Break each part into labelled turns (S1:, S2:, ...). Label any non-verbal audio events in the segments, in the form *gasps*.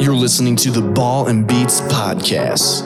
S1: You're listening to the Ball and Beats podcast.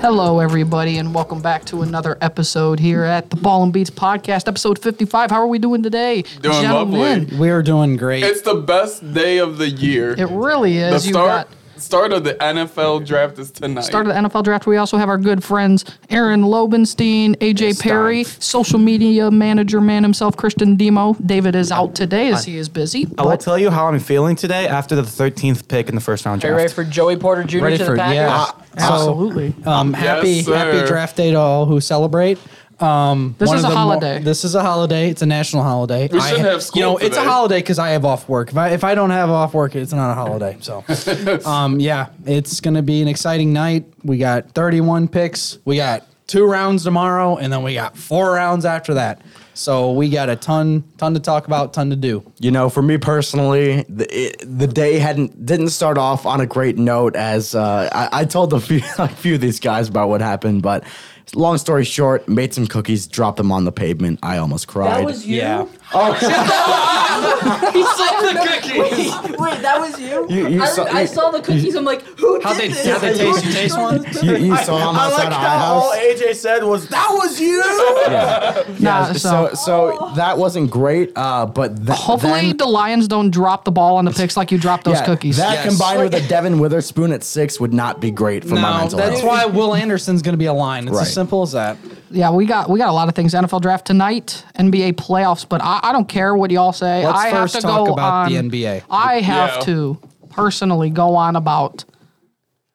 S2: Hello, everybody, and welcome back to another episode here at the Ball and Beats Podcast, episode 55. How are we doing today?
S3: Doing lovely.
S4: We're doing great.
S3: It's the best day of the year.
S2: It really
S3: the
S2: is. You got
S3: start start of the NFL draft is tonight.
S2: start of the NFL draft. We also have our good friends Aaron Lobenstein, AJ Perry, social media manager man himself, Christian Demo. David is out today as he is busy.
S4: I will
S2: but
S4: tell you how I'm feeling today after the 13th pick in the first round
S5: Are you
S4: draft.
S5: ready for Joey Porter Jr. to the Packers?
S4: yeah.
S2: Absolutely.
S4: So, um, happy
S3: Uh, Yes, sir.
S4: happy draft day to all who celebrate. Um,
S2: This
S4: one
S2: is
S4: of
S2: a
S4: the mo-
S2: holiday.
S4: this is a holiday. It's a national holiday.
S3: We should have school
S4: You know, it's a
S3: today.
S4: holiday because I have off work. If I if I don't have off work, it's not a holiday.
S3: *laughs*
S4: So, um, yeah, it's gonna be an exciting night. We got 31 picks. We got two rounds tomorrow, and then we got four rounds after that. So we got a ton ton to talk about, ton to do.
S6: You know, for me personally, the, it, the day hadn't didn't start off on a great note. As uh, I, I told a few *laughs* a few of these guys about what happened, but long story short, made some cookies, dropped them on the pavement. I almost cried.
S5: That was you.
S4: *laughs* Yeah.
S5: *laughs* Wait, that was you.
S6: You- you
S5: I,
S6: saw-
S5: I
S6: you-
S5: saw the cookies. I'm like, who
S4: How'd
S5: did
S4: they-
S5: this?
S4: how'd they taste- you taste one?
S6: *laughs*
S5: *laughs*
S6: you, you saw them
S4: *laughs* I
S6: outside
S4: like
S6: of
S4: how
S6: my house.
S4: AJ said was that was you.
S2: Nah,
S6: Yeah,
S2: so-
S6: so so that wasn't great. Uh, but th-
S2: Hopefully,
S6: then-
S2: the Lions don't drop the ball on the picks like you dropped those
S6: yeah,
S2: cookies.
S6: That
S4: Yes.
S6: combined with
S4: *laughs*
S6: a Devin Witherspoon at six would not be great for my
S4: No,
S6: mental
S4: that's
S6: health.
S4: why Will Anderson's going to be a line. It's
S6: Right.
S4: as simple as that.
S2: yeah, we got we got a lot of things. NFL draft tonight, NBA playoffs, but I, I don't care what y'all say.
S4: Let's
S2: I
S4: first
S2: have to
S4: talk
S2: go
S4: about the
S2: on-
S4: NBA.
S2: I have
S3: Yeah.
S2: to personally go on about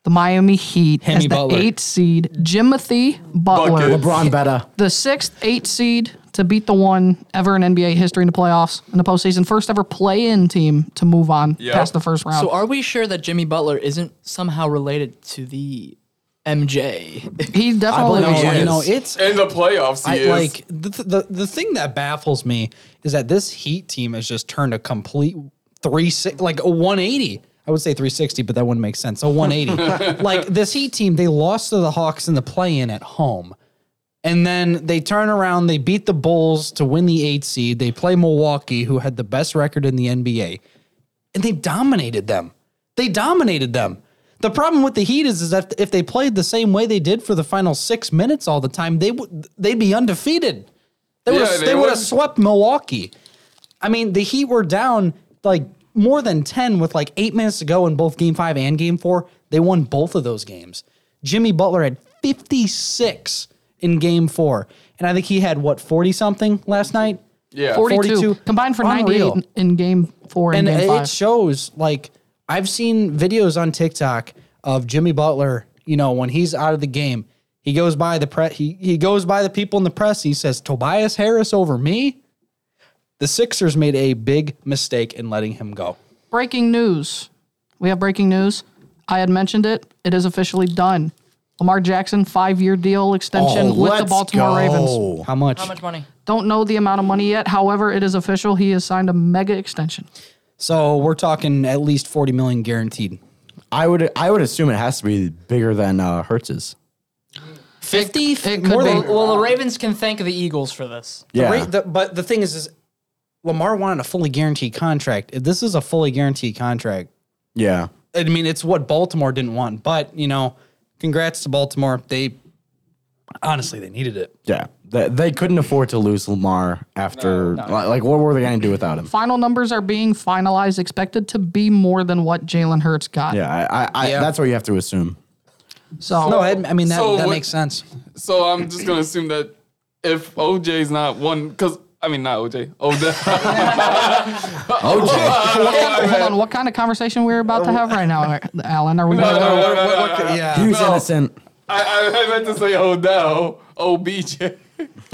S2: the Miami Heat
S4: Hemi
S2: as the
S4: Butler.
S2: eight seed, Jimothy Butler,
S3: Bucket.
S6: LeBron better.
S2: the sixth eight seed to beat the one ever in NBA history in the playoffs in the postseason, first ever play-in team to move on
S3: Yep.
S2: past the first round.
S7: So are we sure that Jimmy Butler isn't somehow related to the MJ?
S2: he definitely
S4: No,
S6: believe
S2: was.
S4: you
S6: is.
S4: know it's
S3: in the playoffs, he
S4: I,
S3: is.
S4: like the, the the thing that baffles me is that this Heat team has just turned a complete three six like a one eighty. I would say 360, but that wouldn't make sense. So 180. like this Heat team, they lost to the Hawks in the play-in at home. And then they turn around, they beat the Bulls to win the eight seed. They play Milwaukee, who had the best record in the NBA. And they dominated them. They dominated them. The problem with the Heat is, is that if they played the same way they did for the final six minutes all the time, they would they'd be undefeated. They
S3: Yeah,
S4: would have
S3: they
S4: they would have
S3: would.
S4: swept Milwaukee. I mean, the Heat were down like more than 10 with like eight minutes to go in both game five and game four. They won both of those games. Jimmy Butler had 56 in game four. And I think he had what, 40 something last night?
S3: yeah.
S2: 42,
S4: 42.
S2: combined for
S4: Unreal.
S2: 98 in, in game four and,
S4: And
S2: game
S4: it
S2: five.
S4: shows like I've seen videos on TikTok of Jimmy Butler, you know, when he's out of the game, he goes by the press he, he goes by the people in the press and he says, Tobias Harris over me. The Sixers made a big mistake in letting him go.
S2: breaking news. We have breaking news. I had mentioned it. It is officially done. Lamar Jackson five year deal extension with the
S6: Oh, let's
S2: Baltimore Ravens.
S4: How much?
S5: How much money?
S2: Don't know the amount of money yet. However, it is official. He has signed a mega extension.
S4: So we're talking at least 40 million guaranteed.
S6: I would I would assume it has to be bigger than uh, Hertz's.
S2: Fifty
S4: more than-
S5: Well, the Ravens can thank the Eagles for this.
S4: The
S6: Yeah.
S4: rate- the- but the thing is, is Lamar wanted a fully guaranteed contract. If this is a fully guaranteed contract,
S6: yeah.
S4: I mean, it's what Baltimore didn't want. But you know, congrats to Baltimore. They honestly they needed it.
S6: Yeah. They, they couldn't afford to lose Lamar after li- like what were they going to do without
S3: *laughs*
S6: him?
S2: Final numbers are being finalized, expected to be more than what Jalen Hurts got.
S6: Yeah, I, I, I
S4: Yeah.
S6: that's what you have to assume.
S2: So
S4: No, I, I mean that,
S3: Oh. So
S4: that
S3: what-
S4: makes sense.
S3: so I'm just gonna assume that if OJ's not one, because I mean not OJ, Odell. *laughs*
S2: what kind of, hold on, what kind of conversation we're about to have right
S4: *laughs*
S2: now, Alan? Are we going
S3: no, no, no, no, no.
S4: yeah.
S6: *laughs* He was innocent.
S3: I, I, I meant to say Odell, OBJ.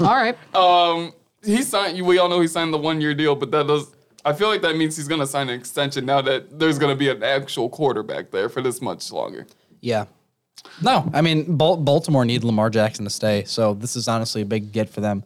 S2: All right.
S3: He signed. We all know he signed the one year deal, but that does. I feel like that means he's gonna sign an extension now that there's gonna be an actual quarterback there for this much longer.
S4: Yeah. No, I mean Bal- Baltimore needed Lamar Jackson to stay, so this is honestly a big get for them.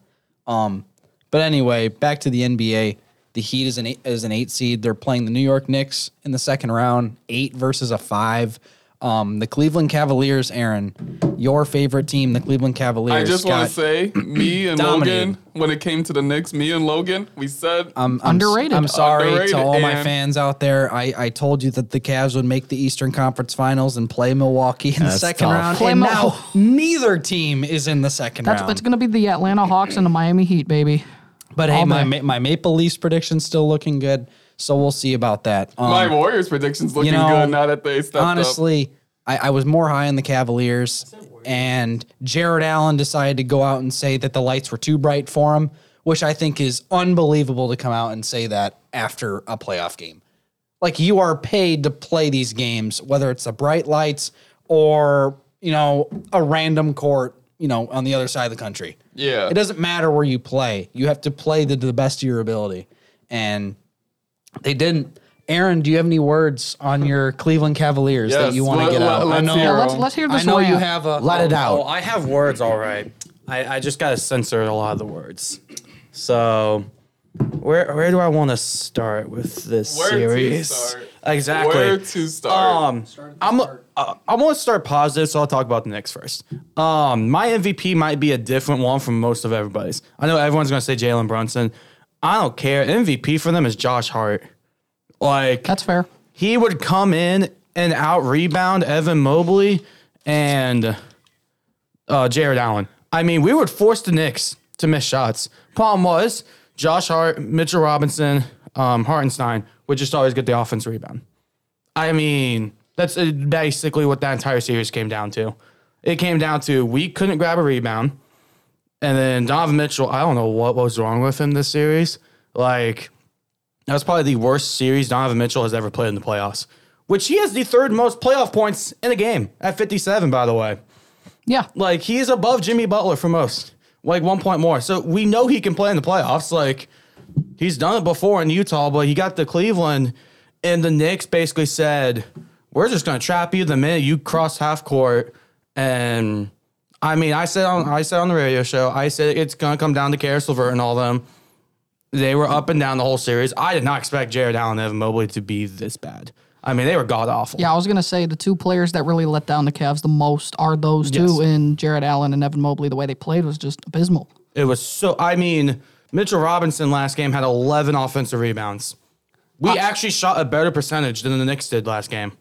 S4: Um, but anyway, back to the NBA. The Heat is an eight, is an eight seed. They're playing the New York Knicks in the second round, eight versus a five. Um, the Cleveland Cavaliers, Aaron, your favorite team, the Cleveland Cavaliers.
S3: I just want
S4: got-
S3: to say,
S4: *clears throat*
S3: me and
S4: Dominated.
S3: Logan, when it came to the Knicks, me and Logan, we said
S4: I'm, I'm,
S2: Underrated.
S4: I'm sorry
S3: Underrated,
S4: to all my
S3: and-
S4: fans out there. I, I told you that the Cavs would make the Eastern Conference Finals and play Milwaukee in the
S6: That's
S4: second
S6: tough.
S4: round.
S2: Play
S4: and
S2: Mil-
S4: now neither team is in the second
S2: That's
S4: round.
S2: it's going to be the Atlanta Hawks and the Miami Heat, baby.
S4: but hey,
S2: all
S4: my,
S2: day.
S4: Ma- my Maple Leafs prediction's still looking good, so we'll see about that. Um,
S3: my Warriors predictions looking
S4: know,
S3: good now that they stepped up.
S4: honestly, I, I was more high on the Cavaliers, and Jared Allen decided to go out and say that the lights were too bright for him, which I think is unbelievable to come out and say that after a playoff game. Like you are paid to play these games, whether it's the bright lights or you know a random court, you know, on the other side of the country.
S3: Yeah.
S4: it doesn't matter where you play. You have to play to the best of your ability, and they didn't. Aaron, do you have any words
S3: *laughs*
S4: on your Cleveland Cavaliers that
S3: Yes,
S4: you want to
S3: let-
S4: get
S3: let-
S4: out?
S3: let's
S4: I know,
S3: hear
S2: Yeah, let's,
S3: 'em.
S2: let's hear
S4: I
S2: this
S4: know you
S2: rant.
S4: have a.
S6: Let it
S8: Oh,
S6: out.
S8: I have words, all right. I, I just got to censor a lot of the words. So, where where do I want to start with this
S3: Where to
S8: series?
S3: start?
S8: Exactly.
S3: Where to start?
S8: Um, I'm uh, I'm going to start positive, so I'll talk about the Knicks first. Um, my MVP might be a different one from most of everybody's. I know everyone's going to say Jalen Brunson. I don't care. MVP for them is Josh Hart. Like
S2: That's fair.
S8: he would come in and out rebound Evan Mobley and uh, Jared Allen. I mean, we would force the Knicks to miss shots. Problem was Josh Hart, Mitchell Robinson, um, Hartenstein would just always get the offense rebound. I mean, that's uh, basically what that entire series came down to. It came down to we couldn't grab a rebound. And then Donovan Mitchell, I don't know what was wrong with him this series. Like, that was probably the worst series Donovan Mitchell has ever played in the playoffs, which he has the third most playoff points in a game at 57, by the way.
S2: Yeah,
S8: Like, he is above Jimmy Butler for most, like one point more. So we know he can play in the playoffs. Like, he's done it before in Utah, but he got the Cleveland, and the Knicks basically said, We're just going to trap you the minute you cross half court. And I mean, I said on I said on the radio show, I said it's going to come down to Karis LeVert and all them. They were up and down the whole series. I did not expect Jared Allen and Evan Mobley to be this bad. I mean, they were god awful.
S2: yeah. I was going to say the two players that really let down the Cavs the most are those two, and Jared Allen and Evan Mobley. The way they played was just abysmal.
S8: It was so. I mean, Mitchell Robinson last game had 11 offensive rebounds. We actually shot a better percentage than the Knicks did last game.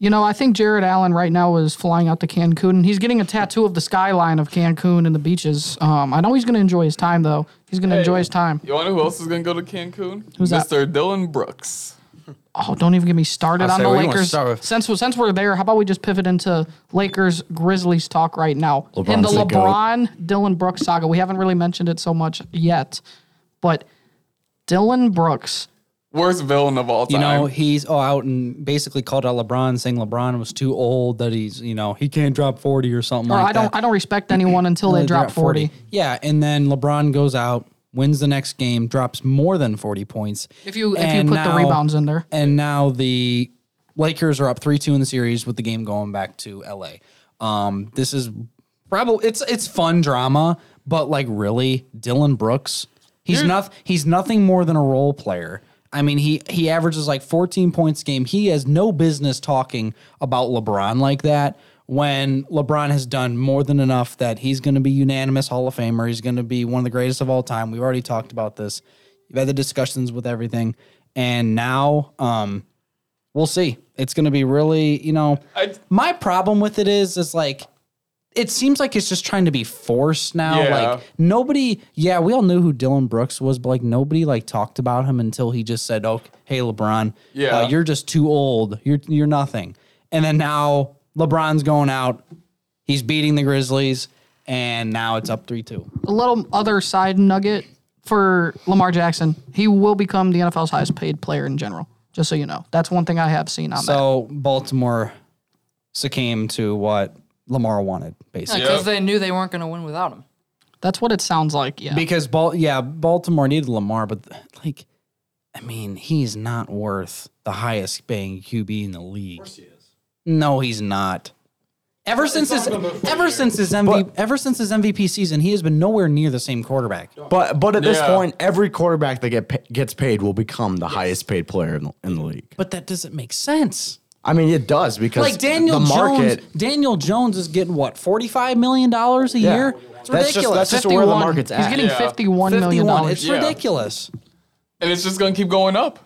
S2: You know, I think Jared Allen right now is flying out to Cancun. He's getting a tattoo of the skyline of Cancun and the beaches. Um, I know he's going to enjoy his time, though. He's going to enjoy his time.
S3: You want to know who else is going to go to Cancun?
S2: Who's that?
S3: Mr. Dylan Brooks.
S2: Oh, don't even get me started
S8: I
S2: on
S8: say
S2: the
S8: we wanna
S2: Lakers.
S8: start with-
S2: Since since we're there, how about we just pivot into Lakers Grizzlies talk right now? in the
S6: LeBron's the goat.
S2: LeBron Dylan Brooks saga, we haven't really mentioned it so much yet, but Dylan Brooks,
S3: Worst villain of all
S4: You
S3: time.
S4: know, he's oh, out and basically called out LeBron, saying LeBron was too old, that he's, you know, he can't drop 40 or something
S2: or
S4: like
S2: I don't
S4: that.
S2: I don't respect anyone until they drop forty.
S4: Yeah, and then LeBron goes out, wins the next game, drops more than 40 points.
S2: If you- if you
S4: And
S2: put the rebounds in there.
S4: And now the Lakers are up 3-2 in the series with the game going back to LA. Um this is probably it's it's fun drama, but like really Dylan Brooks, he's not he's nothing more than a role player. I mean, he he averages like 14 points a game. He has no business talking about LeBron like that when LeBron has done more than enough that he's going to be unanimous Hall of Famer. He's going to be one of the greatest of all time. We've already talked about this. You've had the discussions with everything, and now um, we'll see. It's going to be really, you know,
S3: I-
S4: my problem with it is, is like it seems like it's just trying to be forced now.
S3: Yeah.
S4: Like nobody, yeah, we all knew who Dylan Brooks was, but like nobody like talked about him until he just said, "Oh, hey LeBron,
S3: Yeah.
S4: uh, you're just too old. You're you're nothing." And then now LeBron's going out. He's beating the Grizzlies, and now it's up three two.
S2: a little other side nugget for Lamar Jackson. He will become the NFL's highest paid player in general. Just so you know, that's one thing I have seen on that.
S4: So Baltimore succumbed to what Lamar wanted, basically.
S3: Yeah.
S5: Because they knew they weren't going to win without him.
S2: That's what it sounds like. Yeah,
S4: Because Bal- yeah, Baltimore needed Lamar, but like, I mean, he's not worth the highest paying QB in the league. Of course he is. No, he's not. Ever since his ever since his MVP ever since his MVP season, he has been nowhere near the same quarterback.
S6: But but at this
S3: Yeah.
S6: point, every quarterback that get pa- gets paid will become the highest paid player in the, in the league.
S4: But that doesn't make sense.
S6: I mean, it does because
S4: Like Daniel
S6: the market.
S4: Jones, Daniel Jones is getting what forty five million dollars a
S6: Yeah.
S4: year. It's
S6: That's just-
S4: ridiculous.
S6: that's just where the
S2: 51.
S6: market's
S2: He's
S6: at.
S2: getting
S3: Yeah.
S2: fifty-one million
S4: 51.
S2: dollars.
S4: It's
S3: Yeah.
S4: ridiculous.
S3: and it's just gonna keep going up.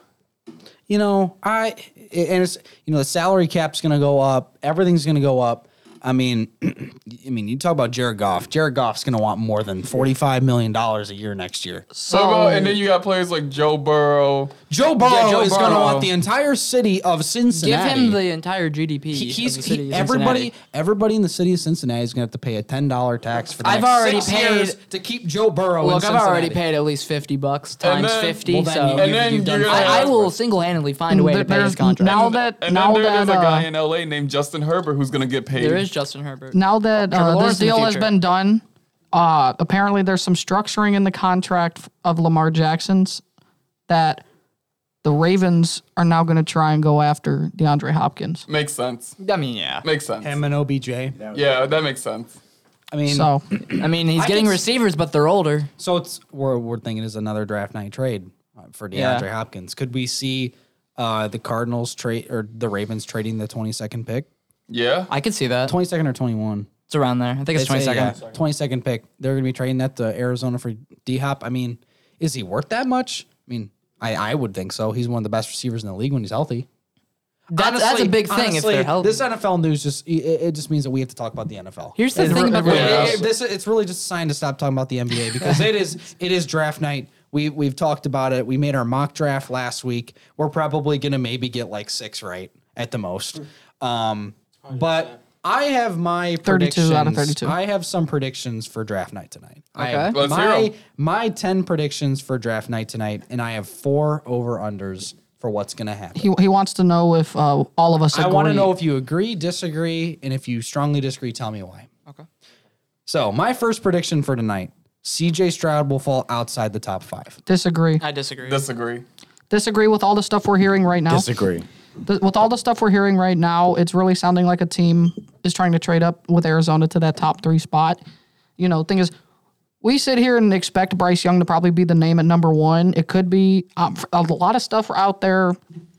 S4: you know, I and it's you know the salary cap's going to go up, everything's going to go up. I mean, *clears throat* I mean, you talk about Jared Goff. Jared Goff's going to want more than forty five million dollars a year next year.
S3: So, and then you got players like Joe Burrow.
S4: Joe Burrow
S3: Joe
S4: is going to
S3: Burrow.
S4: want the entire city of
S7: Give
S4: Cincinnati.
S7: him the entire GDP.
S4: He-
S7: of
S4: he's
S7: the city
S4: he-
S7: of
S4: everybody.
S7: Cincinnati.
S4: Everybody in the city of Cincinnati is going to have to pay a ten dollar tax for. The
S7: I've
S4: next
S7: already
S4: six years
S7: paid-
S4: to keep Joe Burrow.
S7: Look,
S4: in
S7: I've already
S4: Cincinnati.
S7: paid at least fifty bucks times
S3: then-
S7: fifty.
S4: Well, then
S7: so
S4: you-
S7: I-
S3: And then
S4: you've
S3: you're
S4: done
S3: gonna
S4: fine.
S7: I,
S3: have-
S7: will single-handedly find a way
S2: There-
S7: to pay
S2: there's-
S7: his contract.
S2: Now that
S3: and
S2: now
S3: then
S2: that
S3: there's a guy
S2: uh,
S3: in LA named Justin Herbert who's gonna get paid.
S7: there is Justin Herbert.
S2: now that
S7: Trevor
S2: uh,
S7: Lawrence
S2: this
S7: in the
S2: deal has
S7: future.
S2: been done, uh, apparently there's some structuring in the contract of Lamar Jackson's that the Ravens are now going to try and go after DeAndre Hopkins.
S3: makes sense.
S7: I mean, yeah.
S3: Makes sense.
S4: him and OBJ.
S3: Yeah, that makes sense.
S4: I mean, so,
S2: So
S7: I mean, he's getting receivers, but they're older.
S4: it's we're we're thinking is another draft night trade uh, for
S7: Yeah.
S4: DeAndre Hopkins. Could we see uh, the Cardinals trade or the Ravens trading the twenty second pick,
S3: Yeah.
S7: I could see that.
S4: twenty second or twenty one?
S7: It's around there. I think it's twenty second.
S4: twenty second pick. They're going to be trading that to Arizona for D Hop. I mean, is he worth that much? I mean, I I would think so. He's one of the best receivers in the league when he's healthy.
S7: That's, that's a
S4: Honestly-
S7: big thing if
S4: honestly,
S7: they're healthy.
S4: This NFL news just it, it it just means that we have to talk about the NFL.
S2: here's the thing about
S7: really
S2: the-
S4: It- it- this it's really just a sign to stop talking about
S3: *laughs*
S4: the NBA because it is it is draft night. We we've talked about it. We made our mock draft last week. We're probably gonna maybe get like six right at the most. Um, but I have my
S2: 32 out of
S4: predictions.
S2: 32.
S4: I have some predictions for draft night tonight. I have
S3: Let's hear
S4: my
S3: 'em.
S4: my ten predictions for draft night tonight, and I have four over unders for what's gonna happen.
S2: he, he wants to know if uh, all of us agree.
S4: I want to know if you agree, disagree, and if you strongly disagree, tell me why. Okay. So my first prediction for tonight: CJ Stroud will fall outside the top five.
S2: disagree.
S7: I disagree.
S3: Disagree.
S2: disagree with all the stuff we're hearing right now.
S6: Disagree.
S2: Th- with all the stuff we're hearing right now, it's really sounding like a team is trying to trade up with Arizona to that top three spot. You know, thing is, we sit here and expect Bryce Young to probably be the name at number one. It could be um, f- a lot of stuff out there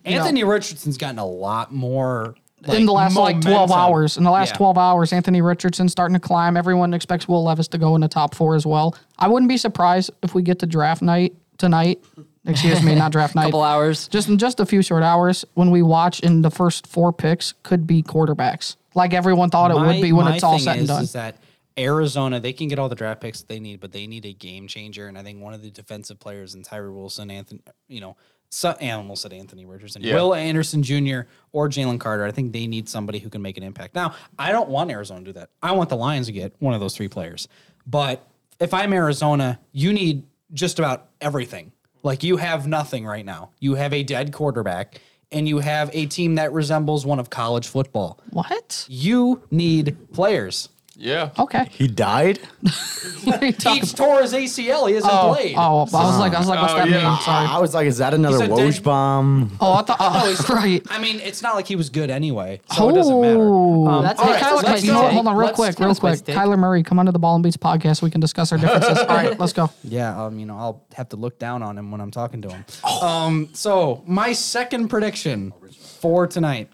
S4: Anthony Richardson's gotten a lot more like,
S2: in the last like twelve
S4: momentum.
S2: hours. In the last
S4: Yeah.
S2: twelve hours, Anthony Richardson starting to climb. Everyone expects Will Levis to go in the top four as well. I wouldn't be surprised if we get to draft night tonight. Excuse me, not
S7: *laughs*
S2: draft night.
S7: couple hours.
S2: just in just a few short hours when we watch in the first four picks could be quarterbacks like everyone thought it
S4: My-
S2: would be when
S4: my
S2: it's all
S4: thing
S2: said and
S4: is-
S2: done
S4: Is that Arizona? They can get all the draft picks that they need, but they need a game changer. And I think one of the defensive players in Tyree Wilson, Anthony, you know, so, animal said Anthony Richardson, Will Anderson Jr. or Jalen Carter. I think they need somebody who can make an impact. Now, I don't want Arizona to do that. I want the Lions to get one of those three players. But if I'm Arizona, you need just about everything. Like you have nothing right now. You have a dead quarterback. And you have a team that resembles one of college football.
S2: what
S4: You need players.
S3: Yeah.
S4: *laughs*
S2: okay
S6: He died.
S2: *laughs* What are you talking
S4: Teach tore his ACL. He hasn't
S2: about?
S4: played.
S2: oh, I was like I was like what's
S3: Oh,
S2: that
S3: yeah.
S2: mean sorry
S4: *laughs*
S6: I was like, is that another
S4: He's a
S6: Woj
S4: dead-
S6: bomb?
S2: oh I thought *laughs* oh right
S4: I mean, it's not like he was good anyway, so Oh, it doesn't matter.
S2: Ooh.
S7: that's
S2: Hey,
S7: my-
S2: Kyler,
S7: that's my
S2: you know what?
S7: take.
S2: hold on, real
S7: Let's-
S2: quick, real
S7: that's my
S2: quick.
S7: take.
S2: Kyler Murray, come onto the Ball and Beats podcast. We can discuss our differences. All right, let's go.
S4: Yeah, um, you know, I'll have to look down on him when I'm talking to him. Um, so my second prediction for tonight: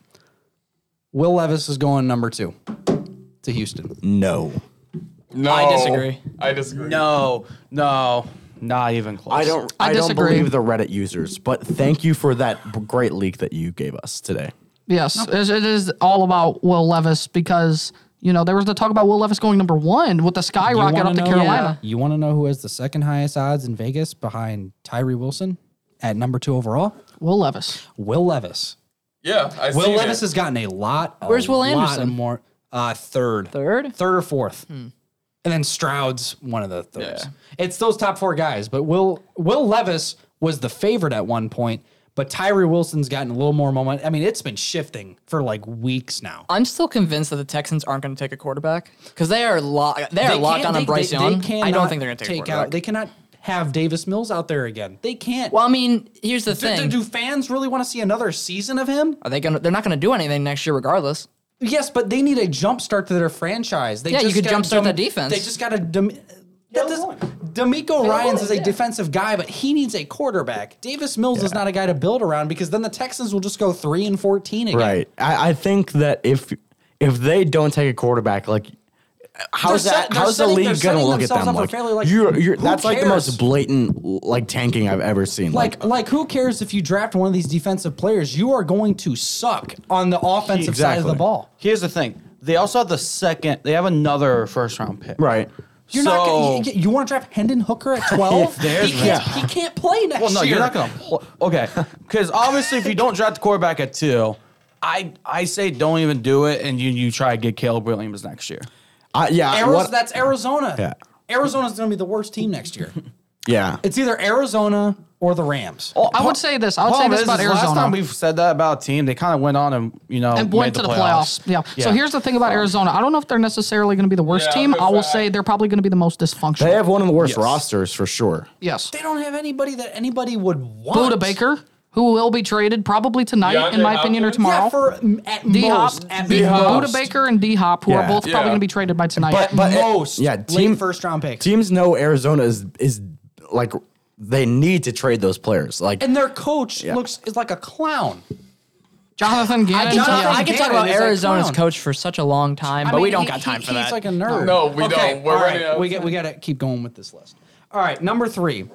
S4: Will Levis is going number two to Houston.
S6: No.
S3: No.
S7: I disagree.
S3: I disagree.
S8: No, no, not even close.
S6: I don't.
S2: I
S6: I, don't
S2: disagree.
S6: believe the Reddit users, but thank you for that b- great leak that you gave us today.
S2: *laughs* Yes, it's- it is all about Will Levis because you know there was the talk about Will Levis going number one with the
S4: You
S2: skyrocket
S4: wanna
S2: up to
S4: know-
S2: Carolina.
S4: You want to know who has the second highest odds in Vegas behind Tyree Wilson at number two overall?
S2: Will Levis.
S4: Will Levis.
S3: Yeah. I
S4: Will
S3: seen
S4: Levis
S3: it.
S4: has gotten a lot. a
S7: Where's Will
S4: lot
S7: Anderson?
S4: of More uh, third,
S7: Third? Hmm.
S4: third or fourth, and then Stroud's one of the thirds. It's those top four guys. But Will Will Levis was the favorite at one point, but Tyree Wilson's gotten a little more moment. I mean, it's been shifting for like weeks now.
S7: I'm still convinced that the Texans aren't going to take a quarterback because they are lo- they are
S4: They
S7: locked
S4: can't-
S7: on a
S4: they-
S7: Bryce
S4: they- they
S7: Young. I
S4: cannot
S7: don't think they're going to take, a quarterback.
S4: out. They cannot have Davis Mills out there again. They can't.
S7: well, I mean, here's the
S4: do,
S7: thing:
S4: do fans really want to see another season of him?
S7: are they going? to They're not going to do anything next year, regardless.
S4: Yes, but they need a jump start to their franchise. They
S7: Yeah, you
S4: just
S7: could
S4: gotta
S7: jumpstart
S4: dom-
S7: that defense.
S4: They just got to. Dom- that does, D'Amico Ryan's is a defensive guy, but he needs a quarterback. Davis Mills is not a guy to build around because then the Texans will just go three and fourteen again.
S6: Right. I, I think that if if they don't take a quarterback, like how's
S4: They're set-
S6: that?
S4: they're
S6: How's
S4: setting-
S6: the
S4: they're
S6: league gonna
S4: setting
S6: look at
S4: themselves up
S6: them?
S4: for
S6: Like,
S4: failure, like,
S6: you're, you're,
S4: who
S6: that's like the
S4: cares?
S6: most blatant like tanking I've ever seen. Like,
S4: Like, like who cares if you draft one of these defensive players? You are going to suck on the offensive side of the
S6: Exactly.
S4: ball.
S8: Here's the thing. They also have the second. They have another first round pick.
S6: right.
S4: You're
S8: so,
S4: not. Gonna, you, you want to draft Hendon Hooker at
S8: *laughs*
S4: twelve? he,
S8: There's
S4: can't, he can't play next
S8: Well, no,
S4: year.
S8: you're not gonna. pl- Okay, because obviously, if you don't draft the quarterback at two, I I say don't even do it, and you you try to get Caleb Williams next year.
S6: I, yeah.
S4: Arizo-
S6: what-
S4: that's Arizona.
S6: Yeah.
S4: Arizona's going to be the worst team next year.
S6: yeah.
S4: It's either Arizona or the Rams.
S2: I would say this. I would say
S8: Problem
S2: this
S8: is,
S2: about
S8: is Last
S2: Arizona.
S8: time we've said that about a team, they kind of went on and you know
S2: and
S8: made
S2: went to the playoffs. Yeah. So here's the thing about Arizona. I don't know if they're necessarily going to be the worst
S3: Yeah,
S2: team. I
S3: that's
S2: will
S3: right.
S2: say they're probably going to be the most dysfunctional.
S6: They have one of the worst rosters for sure.
S2: yes.
S4: They don't have anybody that anybody would want.
S2: Buda Baker, who will be traded probably tonight,
S3: Yeah,
S2: in my
S3: they-
S2: opinion, or tomorrow.
S4: Yeah, for m- at
S2: D Hop,
S4: most. At
S3: D-Hop.
S2: Buda Baker, and D Hop, who are
S6: Yeah.
S2: both
S3: Yeah.
S2: probably going to be traded by tonight.
S6: But it-
S4: most.
S6: yeah,
S4: late
S6: team-
S4: first round pick.
S6: Teams know Arizona is is like they need to trade those players. Like
S4: and their coach looks is like a clown.
S2: Jonathan Gannon,
S4: Jonathan
S2: yeah.
S4: Gannon.
S7: I can talk about
S4: is a
S7: Arizona's
S4: clown.
S7: coach for such a long time,
S4: I
S7: but we
S4: mean,
S7: don't
S4: he-
S7: got
S4: he-
S7: time for
S4: He's
S7: that.
S4: like a nerd.
S3: No, we don't. We're
S4: all
S3: running out of
S4: We get we got to keep going with this list. All right, number three.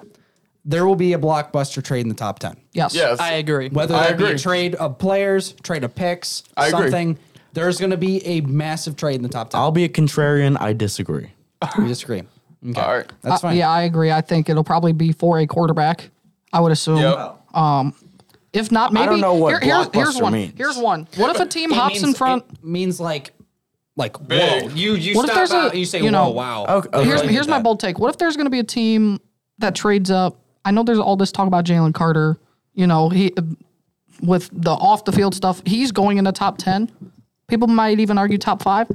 S4: There will be a blockbuster trade in the top ten.
S2: yes.
S3: Yes.
S7: I agree.
S4: Whether
S3: I
S4: that be a
S3: agree.
S4: trade of players, trade of picks,
S3: I agree.
S4: something, there's going to be a massive trade in the top ten.
S6: I'll be a contrarian. I disagree.
S4: we disagree. Okay,
S3: All right.
S4: that's
S2: Uh,
S4: fine.
S2: yeah, I agree. I think it'll probably be for a quarterback. I would assume.
S3: Yep.
S2: If not, maybe
S6: don't know what
S2: here's
S6: blockbuster
S2: one.
S6: means.
S2: Here's one. What if a team
S4: It
S2: hops
S4: means-
S2: in front?
S4: it means like, like
S3: Big.
S4: whoa. You you
S2: What if
S4: stop
S2: there's a-
S4: out and you say
S2: you know-
S4: whoa wow.
S6: Okay.
S2: here's
S6: Right.
S2: here's my bold take. What if there's going to be a team that trades up? I know there's all this talk about Jalen Carter. You know, he with the off the field stuff, he's going in the top ten. People might even argue top five.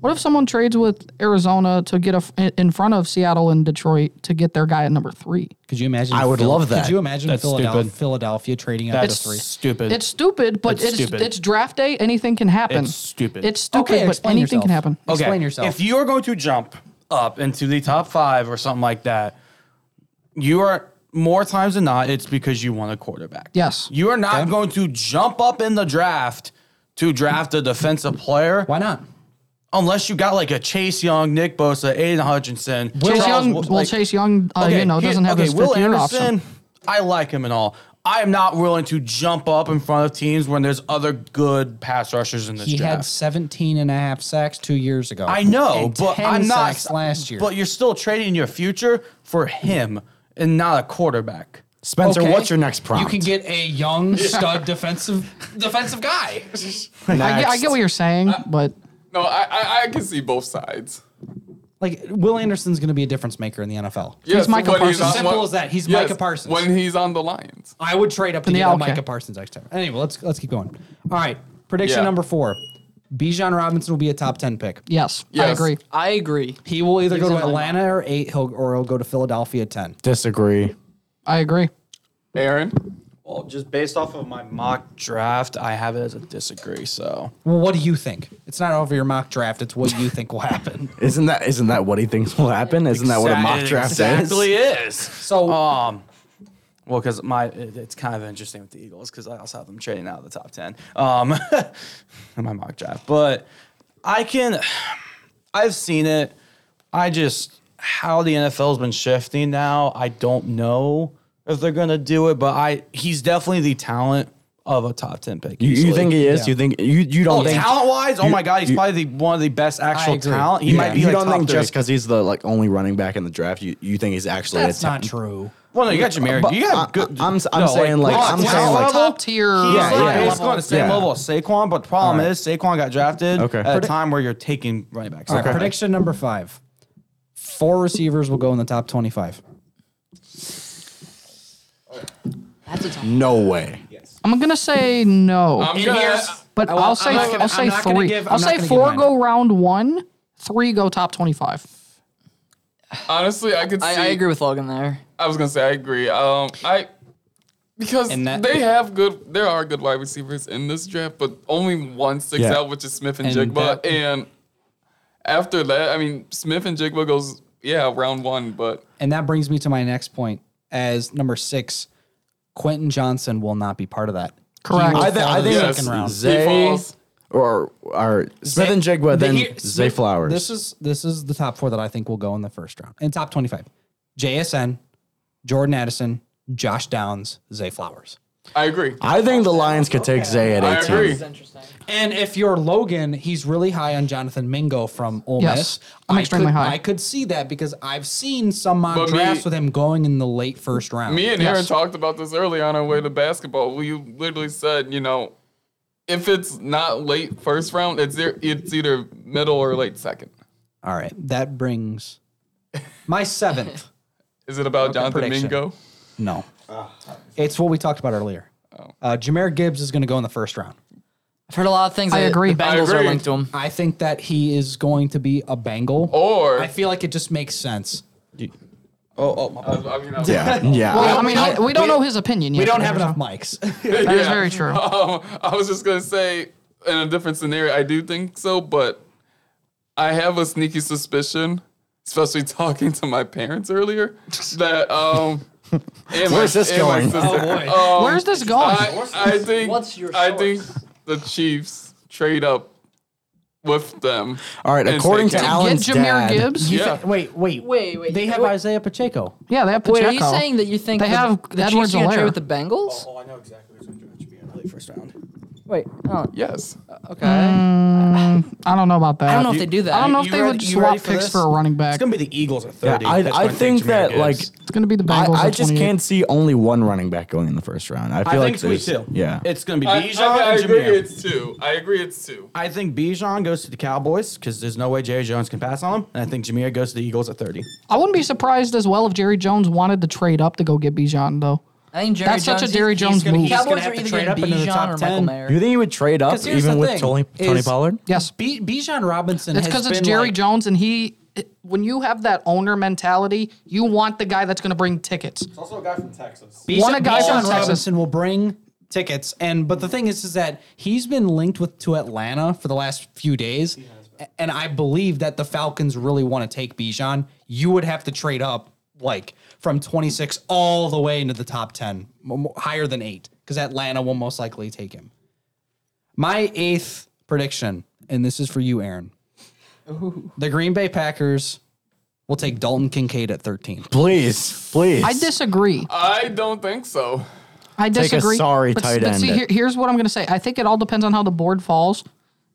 S2: What if someone trades with Arizona to get a, in front of Seattle and Detroit to get their guy at number three?
S4: Could you imagine?
S6: I would
S4: Phil-
S6: love that.
S4: Could you imagine
S8: That's
S4: Philadelphia,
S8: stupid.
S4: Philadelphia trading up to
S8: That's
S4: three?
S8: stupid.
S2: It's stupid, but
S8: It's
S2: it's
S8: stupid.
S2: it's draft day. Anything can happen.
S8: It's stupid.
S2: It's stupid,
S4: Okay,
S2: but
S4: explain
S2: anything
S4: yourself.
S2: can happen.
S8: okay.
S4: Explain yourself.
S8: If you are going to jump up into the top five or something like that, you are more times than not, it's because you want a quarterback.
S2: Yes.
S8: You are not going to jump up in the draft to draft a defensive player
S4: Why not?
S8: unless you got like a Chase Young, Nick Bosa, Aiden Hutchinson.
S2: Chase
S8: Charles
S2: Young,
S8: Wood-
S2: well,
S8: like-
S2: Chase Young, uh, you know,
S8: here-
S2: doesn't have
S8: okay,
S2: his 50 year option.
S8: I like him and all. I am not willing to jump up in front of teams when there's other good pass rushers in this
S4: He had
S8: draft.
S4: 17 and a half sacks two years ago.
S8: I know,
S4: And
S8: but
S4: 10
S8: I'm not
S4: sacks last year.
S8: But you're still trading your future for him and not a quarterback.
S6: Spencer,
S4: Okay.
S6: what's your next prompt?
S4: You can get a *laughs* young stud defensive defensive guy.
S2: I get, I get what you're saying,
S8: Uh,
S2: but
S3: No, I, I I can see both sides.
S4: *laughs* Like Will Anderson's going to be a difference maker in the NFL.
S3: Yes,
S2: Micah
S3: when
S2: Parsons.
S3: on-
S4: Simple
S3: when-
S4: as that. He's Micah Parsons.
S3: When he's on the Lions.
S4: I would trade up to
S2: Yeah,
S4: get a
S2: okay.
S4: Micah Parsons next time. Anyway, let's let's keep going. All right, prediction
S3: Yeah.
S4: number four: Bijan Robinson will be a top ten pick.
S2: yes, I
S3: Yes.
S2: agree.
S7: I agree.
S4: He will either go to
S7: He's in my
S4: Atlanta or eight, he'll, or he'll go to Philadelphia at ten.
S6: disagree.
S2: I agree.
S3: Aaron.
S8: Well, just based off of my mock draft, I have it as a disagree. So
S4: Well, what do you think? It's not over your mock draft. It's what you think will
S6: *laughs*
S4: happen.
S6: Isn't that isn't that what he thinks will happen? Isn't that what a mock draft
S8: exactly is.
S6: is?
S4: So
S6: Oh.
S8: Um, well, because my it- it's kind of interesting with the Eagles because I also have them trading out of the top ten. Um, *laughs* in my mock draft, but I can, *sighs* I've seen it. I just how the NFL has been shifting now. I don't know if they're gonna do it, but I he's definitely the talent of a top ten pick.
S6: You, you
S8: easily.
S6: think he is? You think you you don't
S8: Oh,
S6: think
S8: talent wise, oh
S6: you-
S8: my god, he's
S6: you-
S8: probably the, one of the best actual
S4: agree.
S8: talent. He
S6: you,
S8: might be
S6: you
S8: like
S6: don't
S8: top
S6: think
S8: three.
S6: just because he's the like only running back in the draft, you, you think he's actually
S4: that's
S6: a ta-
S4: not true.
S8: Well, no, you got Jameer.
S6: But
S8: You got
S6: I-
S8: good.
S6: I- I'm- I'm saying, like,
S8: raw
S6: I'm
S8: talent
S6: saying, like-
S8: level,
S2: Top tier
S8: He's
S6: Yeah,
S8: like
S6: yeah.
S8: basically on the same
S6: Yeah.
S8: level as Saquon, but the problem
S6: Alright.
S8: is Saquon got drafted
S6: Okay.
S8: at a
S6: Predi-
S8: time where you're taking running backs.
S4: All right,
S8: Okay.
S4: prediction number five: four receivers will go in the top twenty-five.
S6: No way.
S2: I'm gonna say no,
S3: I'm gonna,
S2: but
S4: well,
S2: I'll say
S4: I'm not gonna-
S2: I'll say
S4: I'm not gonna
S2: three.
S4: give- I'm
S2: I'll
S4: not
S2: say
S4: gonna give
S2: four
S4: mine.
S2: go round one, three go top twenty-five.
S3: honestly, I could see.
S7: I, I agree with Logan there.
S3: I was gonna say I agree. Um, I because
S4: And that-
S3: they have good. There are good wide receivers in this draft, but only one sticks
S6: Yeah.
S3: out, which is Smith and,
S4: And
S3: Jigba.
S4: that-
S3: and after that, I mean, Smith and Jigba goes yeah, round one, but
S4: And that brings me to my next point as number six. Quentin Johnson will not be part of that.
S2: Correct.
S6: I, thi- I think
S3: Yes.
S6: it's
S3: round. He
S6: Zay
S3: falls.
S6: or or Smith and Jigba, then
S4: here-
S6: Zay Flowers.
S4: This is this is the top four that I think will go in the first round. In top twenty-five, JSN, Jordan Addison, Josh Downs, Zay Flowers.
S3: I agree.
S6: I think the Lions could take Zay at
S3: I
S6: 18.
S3: agree.
S4: And if you're Logan, he's really high on Jonathan Mingo from Ole
S2: Yes.
S4: Miss.
S2: I'm
S4: I
S2: extremely
S4: could,
S2: high.
S4: I could see that because I've seen some mock
S3: But me-
S4: drafts with him going in the late first round.
S3: Me and Aaron talked about this earlier on our way to basketball. We literally said, you know, if it's not late first round, it's e- it's either middle or late second.
S4: All right, that brings
S3: *laughs*
S4: my seventh.
S3: Is it about Jonathan
S4: prediction.
S3: Mingo?
S4: No, it's what we talked about earlier.
S3: Oh.
S4: Uh, Jameer Gibbs is going to go in the first round.
S7: I've heard a lot of things.
S2: I
S7: that
S2: agree.
S7: The Bengals
S3: agree.
S7: are linked to him.
S4: I think that he is going to be a Bengal.
S3: Or
S4: I
S3: I,
S4: feel like it just makes sense.
S3: I mean, I-
S6: Yeah, yeah.
S2: I mean, I- we don't know his opinion yet.
S4: We don't have enough mics.
S2: That is
S3: Yeah.
S2: very true.
S3: *laughs* Um, I was just gonna say in a different scenario, I do think so, but I have a sneaky suspicion, especially *laughs* talking to my parents earlier, that um. and
S6: Where's this
S3: and
S6: going?
S3: sister-
S2: Where's this going?
S3: I, I think.
S7: *laughs* What's your
S3: I think the Chiefs trade up with them.
S6: All right,
S3: and
S6: according
S3: take
S6: to
S3: him.
S6: Alan-
S2: Get
S6: Allen's
S2: Jameer
S6: dad.
S2: Gibbs.
S3: Yeah.
S4: wait, wait,
S7: Wait, wait,
S4: They have
S7: wait.
S4: Isaiah Pacheco.
S2: Yeah, they have
S7: Wait,
S2: Pacheco.
S7: are you saying that you think
S2: They
S7: the-
S2: have
S7: the
S2: Edwards
S7: Chiefs are gonna
S2: Alaire.
S7: trade with the Bengals?
S8: Oh,
S9: I know exactly who's going to be in the late first round.
S7: Oh. Wait, oh,
S3: Yes.
S7: okay.
S2: I don't know about that.
S7: I don't know if they do that.
S2: I don't know if
S8: You
S2: they
S8: ready-
S2: would
S8: you
S2: swap
S8: ready for
S2: picks
S8: this?
S2: for a running back.
S9: It's
S2: It's
S9: going to be the Eagles at
S6: yeah,
S9: 30. That's
S6: I, I
S9: when
S6: think
S9: Jameer
S6: that
S9: Gibbs.
S6: like
S2: going to be the Bengals.
S6: I, I
S2: at
S6: just
S2: 28.
S6: can't see only one running back going in the first round. I
S8: I
S6: feel
S8: think
S6: like
S8: it's week
S6: there's
S8: two.
S6: yeah.
S8: It's going to be
S3: I,
S8: Bijan
S3: I- I
S8: and
S3: agree
S8: Jameer.
S3: it's two. I agree it's two.
S8: I think Bijan goes to the Cowboys because there's no way Jerry Jones can pass on him. And I think Jameer goes to the Eagles at 30.
S2: I wouldn't be surprised as well if Jerry Jones wanted to trade up to go get Bijan though.
S7: I think Jerry
S2: That's
S7: Jones,
S2: such a Jerry
S7: he's
S2: Jones
S7: gonna-
S2: move.
S7: Cowboys
S4: gonna have
S7: are
S4: to
S7: either
S4: trade
S7: going
S4: up
S7: to
S4: into the top
S7: Bijan or
S4: 10.
S7: Michael Mayer.
S6: Do you think he would trade up
S4: 'Cause here's
S6: even
S4: the
S6: with
S4: thing,
S6: Tony, Tony
S4: is-
S6: Pollard?
S2: Yes.
S4: B- Bijan Robinson.
S2: It's
S4: has
S2: because it's
S4: been
S2: Jerry
S4: like-
S2: Jones, and he. it- When you have that owner mentality, you want the guy that's going to bring tickets.
S9: also a guy from Texas.
S4: Bijan,
S2: Want a guy
S4: Bijan
S2: from Texas.
S4: Robinson will bring tickets, and but the thing is, is that he's been linked with to Atlanta for the last few days, a- and I believe that the Falcons really want to take Bijan. You would have to trade up like from 26 all the way into the top 10, mo- mo- higher than eight, because Atlanta will most likely take him. My eighth prediction, and this is for you, Aaron. The Green Bay Packers will take Dalton Kincaid at 13.
S6: Please, please.
S2: I disagree.
S4: Uh,
S3: I don't think so.
S2: I
S6: Take a
S2: disagree.
S6: sorry
S2: but,
S6: tight
S2: but
S6: end.
S2: see, here- here's what I'm going to say. I think it all depends on how the board falls.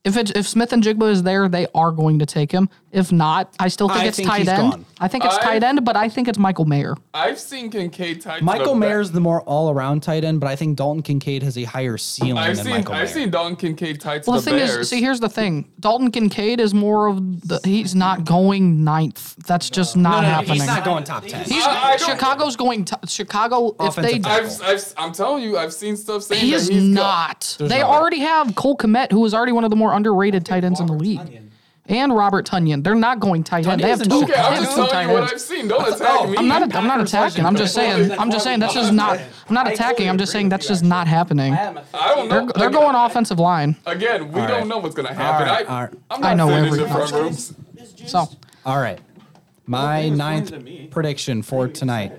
S2: If it's if Smith and Jigba is there, they are going to take him. If not, I still think
S4: I
S2: it's
S4: think
S2: tight
S4: he's
S2: end.
S4: gone.
S2: I think it's
S3: I-
S2: tight end, but I think it's Michael Mayer.
S3: I've seen Kincaid tied to the
S4: Michael
S3: back-
S4: Mayer's the more all-around tight end, but I think Dalton Kincaid has a higher ceiling
S3: I've
S4: than
S3: seen
S4: Michael
S3: I've
S4: Mayer.
S3: seen Don Kincaid tied to
S2: Well, the
S3: the,
S2: thing
S3: Bears.
S2: is, see, here's the thing. Dalton Kincaid is more of the. He's not going ninth. That's just not happening.
S4: He's not going top ten.
S2: He's-
S3: I- I don't-
S2: Chicago's going. To, Chicago, if they,
S4: Offensive tackle.
S3: I've, I've, I'm telling you, I've seen stuff saying
S2: he
S3: that
S2: is
S3: he's go-
S2: not. They already have Cole Komet, who is already one of the more underrated tight ends in the league, and Robert Tunyon. They're not going tight end. They have
S4: Tunyon's
S2: two.
S4: in
S3: Okay,
S2: They
S3: I'm
S2: have
S3: just
S2: two tight
S3: telling you what
S2: ends.
S3: I've seen. Don't attack me.
S2: Oh, I'm not. I'm not attacking. I'm just saying. I'm just saying. That's just not. I'm not
S9: I totally
S2: attacking. I'm just
S9: agree
S2: saying
S9: with
S2: that's
S9: you,
S2: just not happening.
S3: I don't know.
S2: They're going offensive line.
S3: Again, we don't
S4: right.
S3: know what's going to happen.
S4: right, all
S3: I,
S4: right.
S3: I'm
S2: I
S3: not
S2: know
S3: sitting in
S2: everything.
S3: front rooms.
S2: So
S4: All right, my ninth prediction for tonight,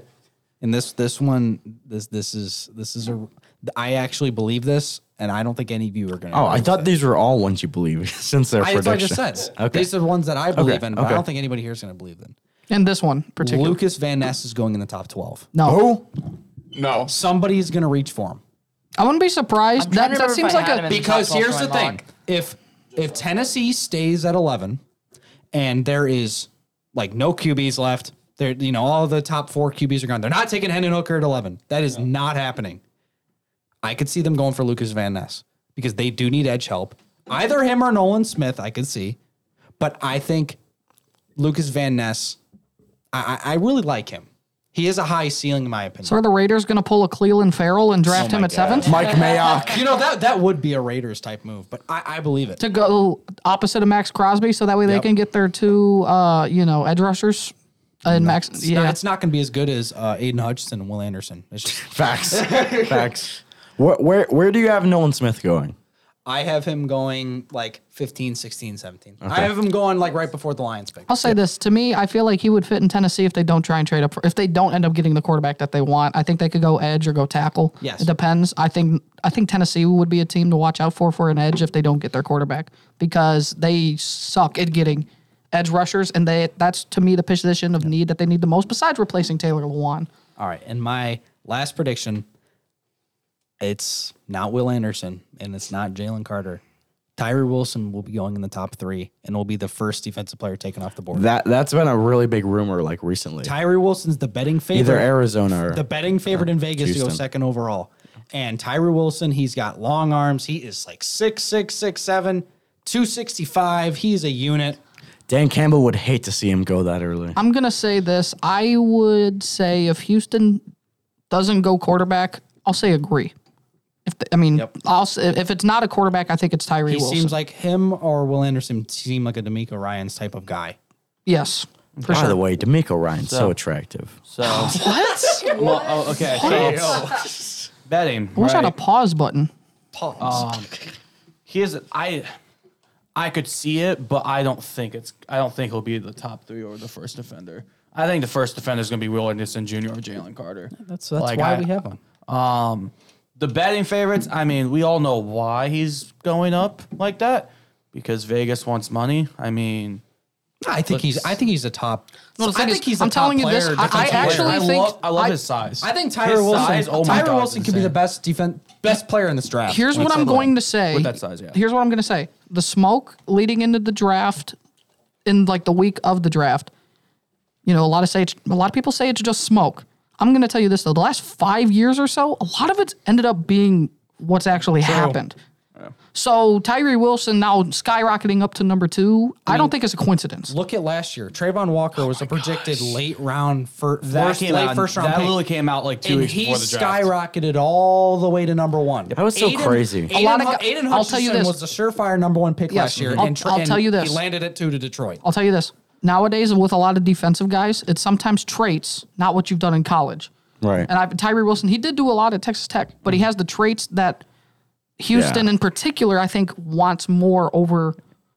S4: and this this one this this is this is a I actually believe this, and I don't think any of you are gonna.
S6: oh, I thought these were all ones you believe *laughs* since they're
S4: I, that's what I just
S6: predictions. *laughs*
S4: said.
S6: Okay.
S4: These are the ones that I believe
S6: Okay,
S4: in, but I
S6: okay.
S4: don't think anybody here is gonna believe them.
S2: in this one particular,
S4: Lucas Van Ness is going in the top twelve.
S2: no.
S6: Oh,
S3: No.
S4: Somebody's gonna reach for him.
S2: I wouldn't be surprised.
S7: trying
S2: That,
S7: to
S2: that
S7: remember if
S2: seems
S7: I
S2: like
S7: had him
S2: a
S7: in the
S4: because
S7: top 12
S4: here's
S7: for
S4: the
S7: my
S4: thing:
S7: mock.
S4: if if Tennessee stays at eleven, and there is like no QBs left, there you know all the top four QBs are gone. They're not taking Hendon Hooker at eleven. That is not happening. I could see them going for Lucas Van Ness because they do need edge help. Either him or Nolan Smith, I could see, but I think Lucas Van Ness. I, I I really like him. He is a high ceiling in my opinion.
S2: So are the Raiders going to pull a Cleveland Farrell and draft him at seventh
S6: Mike Mayock.
S4: you know that that would be a Raiders type move, but I, I believe it.
S2: to go opposite of Max Crosby, so that way they
S4: Yep.
S2: can get their two, uh, you know, edge rushers and Max.
S4: It's
S2: yeah,
S4: not- it's not going to be as good as uh, Aiden Hutchinson and Will Anderson. It's just,
S6: Facts. Facts. Where, where where do you have Nolan Smith going?
S4: *laughs* I have him going like 15, 16, 17. I have him going like right before the Lions pick.
S2: I'll say this to me, I feel like he would fit in Tennessee if they don't try and trade up. For, if they don't end up getting the quarterback that they want, I think they could go edge or go tackle.
S4: Yes.
S2: it depends. I think I think Tennessee would be a team to watch out for for an edge if they don't get their quarterback because they suck at getting edge rushers, and they that's to me the position of need that they need the most besides replacing Taylor Lewan.
S4: All right. And my last prediction it's not Will Anderson and it's not Jalen Carter. Tyree Wilson will be going in the top three and will be the first defensive player taken off the board.
S6: That that's been a really big rumor like recently.
S4: Tyree Wilson's the betting favorite.
S6: Either Arizona or
S4: the betting favorite in Vegas to go
S6: Houston.
S4: second overall. And Tyree Wilson, he's got long arms. He is like 6'6, 6'7, 265. He's a unit.
S6: Dan Campbell would hate to see him go that early.
S2: I'm gonna say this. I would say if Houston doesn't go quarterback, I'll say agree. If the, I mean,
S4: Yep.
S2: I'll s- if it's not a quarterback, I think it's Tyree
S4: He
S2: Wilson.
S4: seems like him or Will Anderson seem like a D'Amico Ryans type of guy.
S2: yes. For
S6: By
S2: sure.
S6: the way, D'Amico Ryan's so,
S8: So-
S6: attractive.
S8: So what? oh, okay.
S4: *laughs*
S8: So betting.
S2: I wish I had a
S8: right?
S2: pause button.
S8: Here's I. I could see it, but I don't think it's. I don't think he'll be the top three or the first defender. I think the first defender is going to be Will Anderson Jr. or Jalen Carter.
S4: That's, that's why
S8: I-
S4: we have him.
S8: Um, the betting favorites. I mean, we all know why he's going up like that because Vegas wants money. I mean,
S4: I think he's. I think he's a top.
S2: No, the
S4: I
S2: thing
S4: think
S2: is,
S4: he's. A
S2: I'm
S4: top
S2: telling you
S4: player,
S2: this, I-
S4: defensive
S2: I
S4: player.
S2: actually
S8: I
S2: think-
S8: love, I love
S2: I-
S8: his size.
S4: I think Tyra
S8: His
S4: Wilson.
S8: size, oh my
S4: Tyra
S8: God,
S4: Wilson
S8: is
S4: could be the
S8: insane.
S4: best defense, best player in this draft.
S2: Here's what I'm going to say.
S8: With that size, yeah.
S2: Here's what I'm going to say. The smoke leading into the draft, in like the week of the draft, you know, a lot of say it's, a lot of people say it's just smoke. I'm going to tell you this though. The last five years or so, a lot of it's ended up being what's actually happened. So Tyree Wilson now skyrocketing up to number two. I don't think it's a coincidence.
S4: Look at last year. Trayvon Walker
S2: Oh
S4: was a projected late round for
S8: That
S4: first,
S8: came
S4: late
S8: out-
S4: first round
S8: That
S4: pick.
S8: literally came out like two
S4: and
S8: weeks
S4: he
S8: before the draft.
S4: skyrocketed all the way to number one.
S6: That was so crazy.
S4: Aiden,
S2: A lot of gu-
S4: Aiden
S2: I'll tell you
S4: Hutchinson
S2: this.
S4: was the surefire number one pick
S2: Yes,
S4: last year.
S2: I'll-
S4: and Tra-
S2: I'll
S4: and
S2: tell you this.
S4: He landed at two to Detroit.
S2: I'll tell you this. Nowadays, with a lot of defensive guys, it's sometimes traits, not what you've done in college.
S6: Right.
S2: And I, Tyree Wilson, he did do a lot at Texas Tech, but
S4: Mm-hmm.
S2: he has the traits that Houston,
S6: Yeah.
S2: in particular, I think wants more over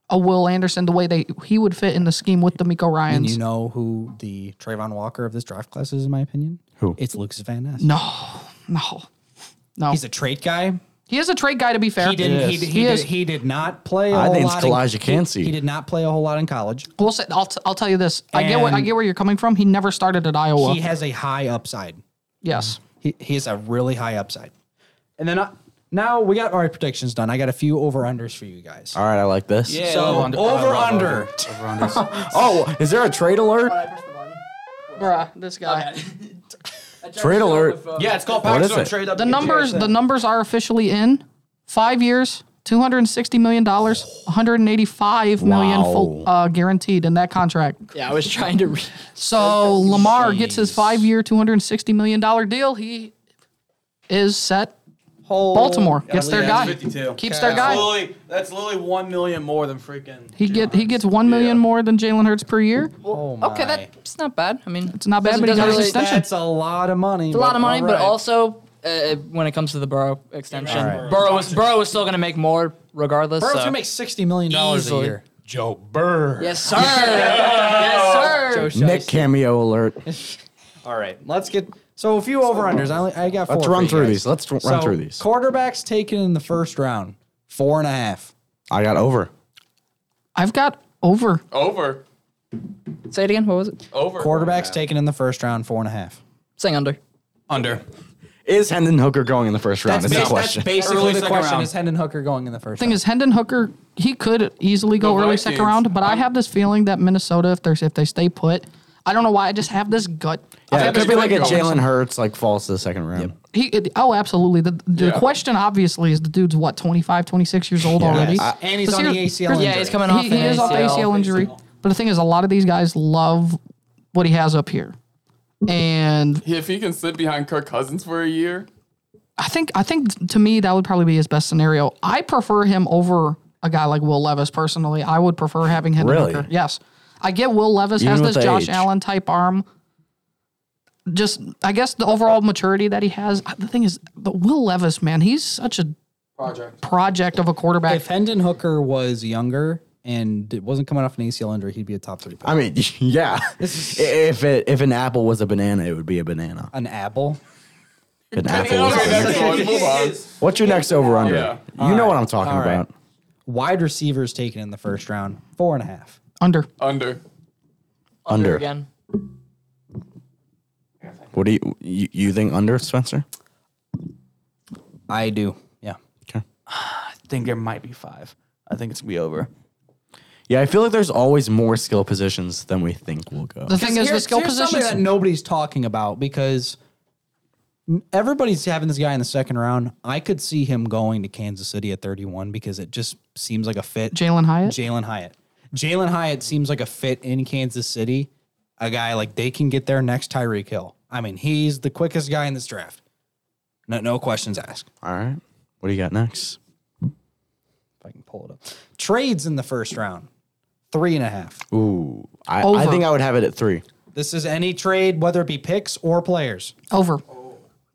S2: a Will Anderson. The way they he would fit in the scheme with D'Amico
S4: And
S2: Ryan's.
S4: you know who the Trayvon Walker of this draft class is, in my opinion? Who? It's Lucas Van Ness.
S2: no, no,
S4: He's a trait guy.
S2: he is a trait guy. To be fair,
S4: He didn't. He, did- he,
S2: is.
S4: did, he did not play. a
S6: I
S4: whole
S6: think it's
S4: lot in-
S6: Kalijah
S4: he-
S6: Kancey.
S4: He, did not play a whole lot in college.
S2: we'll say, I'll, t- I'll tell you this. I get what I
S4: And-
S2: get where you're coming from. He never started at Iowa.
S4: He has a high upside.
S2: yes.
S4: He, he has a really high upside. And then I, now we got our predictions done. I got a few over unders for you guys.
S6: All right, I like this.
S8: Yeah,
S4: So,
S8: I love I
S4: over,
S8: love
S4: under.
S8: Over unders.
S6: Oh, is there a trade alert?
S2: Bruh, this guy.
S6: Trade alert.
S8: yeah, it's called Packers
S6: is
S8: don't
S6: it?
S8: trade up.
S2: The numbers the numbers are officially in. Five years, two hundred and sixty million dollars, one hundred and eighty-five million full, uh, guaranteed in that contract.
S7: Yeah, I *laughs* was trying to read.
S2: So Lamar gets his five-year, two hundred and sixty million dollar deal. He is set. Baltimore gets their guy, keeps their guy.
S8: Literally, that's literally one million more than freaking.
S2: He get he gets one million more than Jalen Hurts per year.
S4: Oh
S7: Okay, that's not bad. I mean,
S2: It's not bad,
S7: doesn't-
S2: but he got
S7: doesn't
S2: his
S7: really-
S2: extension.
S4: That's a lot of money.
S7: It's a lot of money, but also uh, when it comes to the Burrow extension, Burrow is Burrow is still going to make more regardless.
S4: Burrow's
S7: so.
S4: gonna make sixty million dollars a
S7: Easily.
S4: year.
S8: Joe Burr.
S7: yes, *laughs* sir. yes, sir.
S6: Nick cameo alert. Let's
S4: All right, let's get so a few over unders. I, only- I got four. for
S6: run
S4: you
S6: through
S4: guys.
S6: these. Let's run
S4: So,
S6: through these.
S4: Quarterbacks taken in the first round, four and a half.
S6: I got over.
S2: I've got over.
S3: Over.
S7: Say it again. What was it?
S3: Over.
S4: Quarterbacks taken in the first round, four and a half.
S7: Saying under.
S8: Under.
S6: Is Hendon Hooker going in the first round? That's is the
S8: basi-
S6: question.
S8: that's basically
S4: Early
S8: the
S4: the
S8: second
S4: question
S8: round.
S4: is Hendon Hooker going in the first
S2: Thing is, Hendon Hooker he could easily go
S3: The
S2: early second
S3: Vikings.
S2: round, but I have this feeling that Minnesota, if they if they stay put, I don't know why. I just have this gut.
S6: yeah, it could be like a
S3: Hooker.
S6: Jalen Hurts like falls to the second round.
S2: He it, oh, absolutely. The the
S3: Yeah.
S2: question obviously is the dude's what 25, 26 years old already.
S4: round. and he's
S2: Let's
S4: on the
S2: hear-
S4: ACL.
S7: Yeah,
S4: injury.
S7: he's coming off.
S2: he,
S7: an
S2: he is off the ACL injury. But the thing is, a lot of these guys love what he has up here, and
S3: If he can sit behind Kirk Cousins for a year,
S2: I think I think to me that would probably be his best scenario. I prefer him over a guy like Will Levis personally. I would prefer having Hendon
S6: Really?
S2: Hooker. Yes, I get Will Levis
S6: Even
S2: has
S6: with
S2: this
S6: the
S2: Josh
S6: age?
S2: Allen type arm. Just I guess the overall maturity that he has. The thing is, the Will Levis man, he's such a
S9: Project.
S2: project of a quarterback.
S4: If Hendon Hooker was younger and it wasn't coming off an ACL injury, he'd be a top three pick.
S6: I mean, *laughs* yeah. if it if an apple was a banana, it would be a banana.
S4: An apple.
S6: If an apple was a
S3: Okay,
S6: banana.
S3: next one. Move on.
S6: What's your next over under?
S3: Yeah.
S6: You know what I'm talking
S4: All right.
S6: about.
S4: Wide receivers taken in the first round, four and a half.
S2: Under.
S3: Under.
S6: Under.
S7: again.
S6: What do you, you you think under Spencer?
S4: I do. Yeah.
S6: Okay.
S8: I think there might be five. I think it's gonna be over.
S6: Yeah, I feel like there's always more skill positions than we think will go.
S2: The thing is, the
S4: Here's-
S2: skill
S4: here's something
S2: positions.
S4: that nobody's talking about because everybody's having this guy in the second round. I could see him going to Kansas City at 31 because it just seems like a fit.
S2: Jalen Hyatt?
S4: Jalen Hyatt. Jalen Hyatt seems like a fit in Kansas City. A guy like they can get there next Tyreek Hill. I mean, he's the quickest guy in this draft. No, no questions asked.
S6: All right. What do you got next?
S4: If I can pull it up. Trades in the first round, three and a half.
S6: Ooh, I, I
S2: Over.
S6: think I would have it at three.
S4: This is any trade, whether it be picks or players.
S2: Over.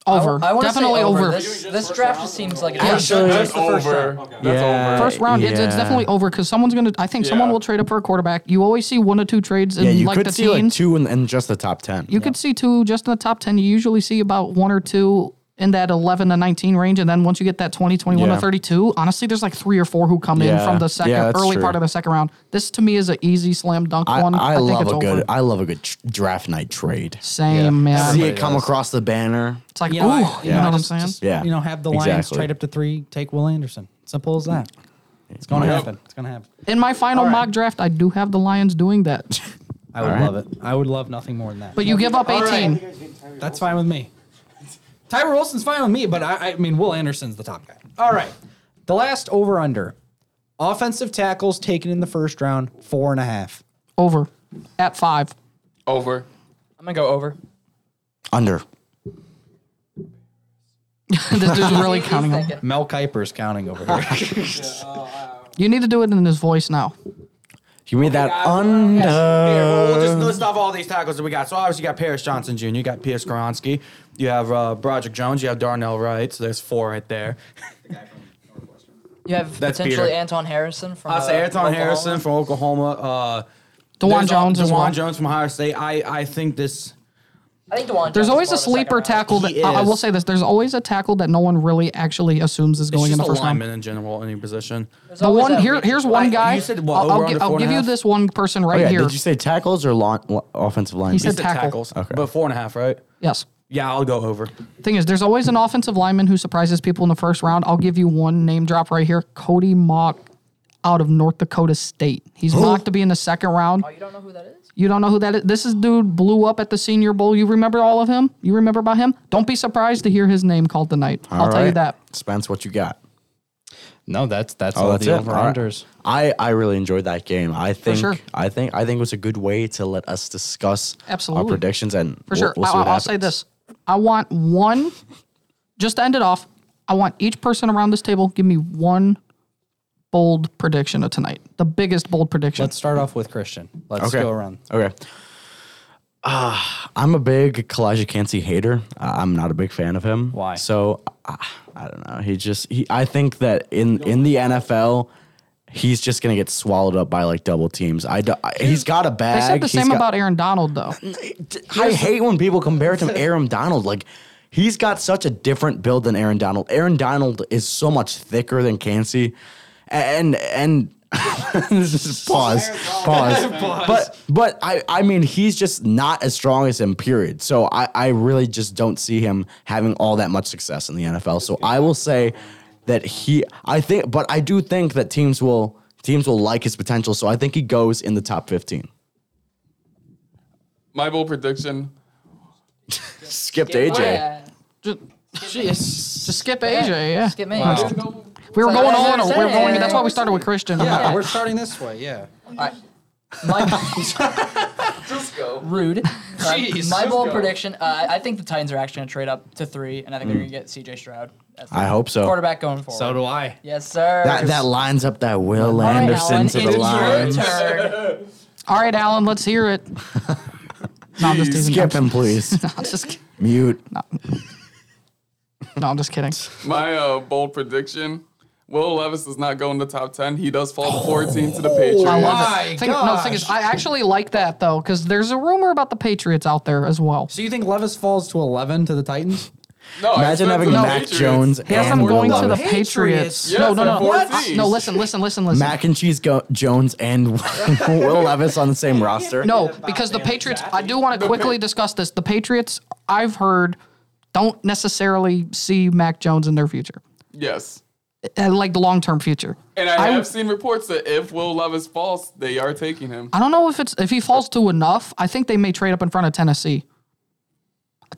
S2: Over.
S7: I wanna say
S2: Definitely over.
S7: This, this draft just seems like it.
S3: That's over. That's over.
S2: First round, it's, it's
S6: Yeah.
S2: definitely over because someone's gonna. I think someone
S3: Yeah.
S2: will trade up for a quarterback. You always see one or two trades in
S6: Yeah, you
S2: like
S6: could
S2: the
S6: see like
S2: teens.
S6: two in, in just the top ten.
S2: you could see two just in the top ten. You usually see about one or two in that eleven to nineteen range, and then once you get that 20, 21
S6: Yeah.
S2: to thirty two, honestly, there's like three or four who come in
S6: Yeah.
S2: from the second
S6: Yeah, that's
S2: early
S6: true.
S2: part of the second round. This to me is an easy slam dunk
S6: I,
S2: one.
S6: I,
S2: think
S6: love
S2: it's
S6: a good.
S2: over.
S6: I love a good tr- draft night trade.
S2: Same, man.
S6: see it come across the banner.
S2: It's like,
S4: You
S2: ooh,
S4: know, I-
S2: you know what I'm
S4: just-
S2: saying?
S4: just,
S6: Yeah,
S4: You know, have the Lions
S6: exactly.
S4: trade up to three, take Will Anderson. Simple as that. It's going to happen. It's going to happen.
S2: in my final mock draft, I do have the Lions doing
S6: *laughs*
S2: that,
S4: I would love it. I would love nothing more than that.
S2: but you give up eighteen.
S4: That's fine with me. Tyra Wilson's fine with me, but I, I mean, Will Anderson's the top guy. All right. The last over under offensive tackles taken in the first round, four and a half.
S2: Over at five. *laughs*
S3: Over.
S7: I'm gonna go over.
S6: Under.
S2: this
S6: *laughs*
S2: dude's really counting. on-
S4: Mel Kiper's counting over here.
S2: You need to do it in his voice now.
S6: You mean
S2: Oh
S6: that
S8: Here,
S6: under?
S8: well, we'll just list off all these tackles that we got. So obviously you got Paris Johnson Jr., you got Pierce Skoronsky, you have uh, Broderick Jones, you have Darnell Wright. So there's four right there.
S7: You have
S8: That's
S7: potentially
S8: Peter.
S7: Anton Harrison from.
S8: I say
S7: uh,
S8: Ayrton
S7: Oklahoma.
S8: Harrison from Oklahoma. Uh,
S2: Dewan
S8: there's all-
S2: Jones as
S8: Dewan
S2: well.
S8: Jones from Ohio State. I I think this.
S7: I think Dewan.
S2: There's
S7: Jones
S2: always a
S7: is more of
S2: sleeper
S7: second round.
S2: tackle that
S8: He
S2: I, I will
S8: is.
S2: say this. There's always a tackle that no one really actually assumes is
S8: It's
S2: going in
S8: just
S2: the first
S8: alignment
S2: round.
S8: in general, any position.
S7: There's
S2: The
S7: always
S2: one
S7: that
S2: here,
S7: weak-
S2: here's one
S8: Like,
S2: guy.
S8: you said, what,
S2: I'll, I'll
S8: over
S2: gi-
S8: under
S2: I'll
S8: four and a
S2: give you
S8: half?
S2: this one person
S6: Oh,
S2: right
S6: yeah.
S2: here.
S6: Did you say tackles or lawn, lo- offensive line?
S2: said-
S8: The
S2: Tackle.
S8: tackles,
S6: Okay.
S8: but four and a half, right?
S2: yes.
S8: Yeah, I'll go over.
S2: Thing is, there's always an offensive lineman who surprises people in the first round. I'll give you one name drop right here: Cody Mock, out of North Dakota State. He's mocked to be in the second round.
S7: Oh, you don't know who that is?
S2: You don't know who that is. This is dude blew up at the Senior Bowl. You remember all of him? You remember about him? Don't be surprised to hear his name called tonight. I'll
S6: All
S2: tell you
S6: right.
S2: that.
S6: Spence, what you got?
S4: no, that's that's
S6: Oh,
S4: all
S6: that's
S4: the
S6: it.
S4: over
S6: All right.
S4: unders.
S6: I, I really enjoyed that game. I think
S2: sure.
S6: I think I think it was a good way to let us discuss
S2: Absolutely.
S6: our predictions and
S2: For sure.
S6: We'll, we'll see what
S2: I, will say this.
S6: happens.
S2: I want one, just to end it off, I want each person around this table give me one bold prediction of tonight. The biggest bold prediction.
S4: Let's start off with Christian. Let's
S6: Okay.
S4: go around.
S6: Okay. Ah, I'm a big Kalijah Cansey hater. I- I'm not a big fan of him.
S4: Why?
S6: So ah, I don't know. He just he. I think that in in the NFL, he's just gonna get swallowed up by like double teams. I do, I- he's got a
S2: they
S6: bag.
S2: said the
S6: He's
S2: same
S6: got-
S2: about Aaron Donald, *laughs* though.
S6: I hate when people compare it *laughs* to Aaron Donald. Like, he's got such a different build than Aaron Donald. Aaron Donald is so much thicker than Cansey. And, and, *laughs* this is pause, *laughs* pause. But, but I, I mean, he's just not as strong as him, period. So I, I really just don't see him having all that much success in the NFL. So I will say that he, I think, but I do think that teams will, teams will like his potential. So I think he goes in the top 15.
S3: My bold prediction.
S6: Skip to AJ.
S7: Oh, Yeah.
S2: Just, jeez. Just skip AJ, yeah.
S7: Skip me.
S2: We were
S7: That's
S2: going
S7: what
S2: all in.
S7: I'm
S2: a- we We're
S7: saying.
S2: going. That's why we started with Christian.
S4: Yeah, we're starting this way. Yeah.
S7: *laughs* Rude. Uh, My bold prediction: uh, I think the Titans are actually going to trade up to three, and I think they're going to get C.J. Stroud. As the
S6: I hope so.
S7: Quarterback going forward.
S4: So do I.
S7: Yes, sir.
S6: That, that lines up that Will
S7: All right,
S6: Anderson
S7: Alan,
S6: to the
S7: it's your
S6: line.
S7: turn.
S2: All right, Alan, let's hear
S6: *laughs*
S2: it. no, I'm just teasing.
S6: Skip him, please.
S2: I'm just kid-
S6: Mute.
S2: no, I'm just kidding.
S6: *laughs*
S3: My uh, bold prediction. Will Levis does not go in the top 10. He does fall to 14 to the Patriots.
S2: I love
S4: My
S2: it. Think, no, the thing is,
S4: gosh.
S2: I actually like that though, because there's a rumor about the Patriots out there as well.
S4: So you think Levis falls to 11 to the Titans?
S3: No, I
S6: Imagine
S3: said
S6: having
S3: to the
S6: Mac
S3: Patriots.
S6: Jones
S2: Yes,
S6: and
S2: I'm going
S6: Will
S2: to the
S6: Levis.
S2: Patriots.
S3: Yes,
S2: no, no,
S3: at
S2: no.
S3: 14.
S2: No, listen, listen, listen, listen.
S6: Mac and Cheese Go- Jones and *laughs* Will Levis on the same roster.
S2: no, because the Patriots. I do want to quickly discuss this. The Patriots, I've heard, don't necessarily see Mac Jones in their future,
S3: Yes.
S2: uh, like the long term future.
S3: And I
S2: I-
S3: have seen reports that if Will Levis falls, they are taking him.
S2: I don't know if it's if he falls to enough. I think they may trade up in front of Tennessee.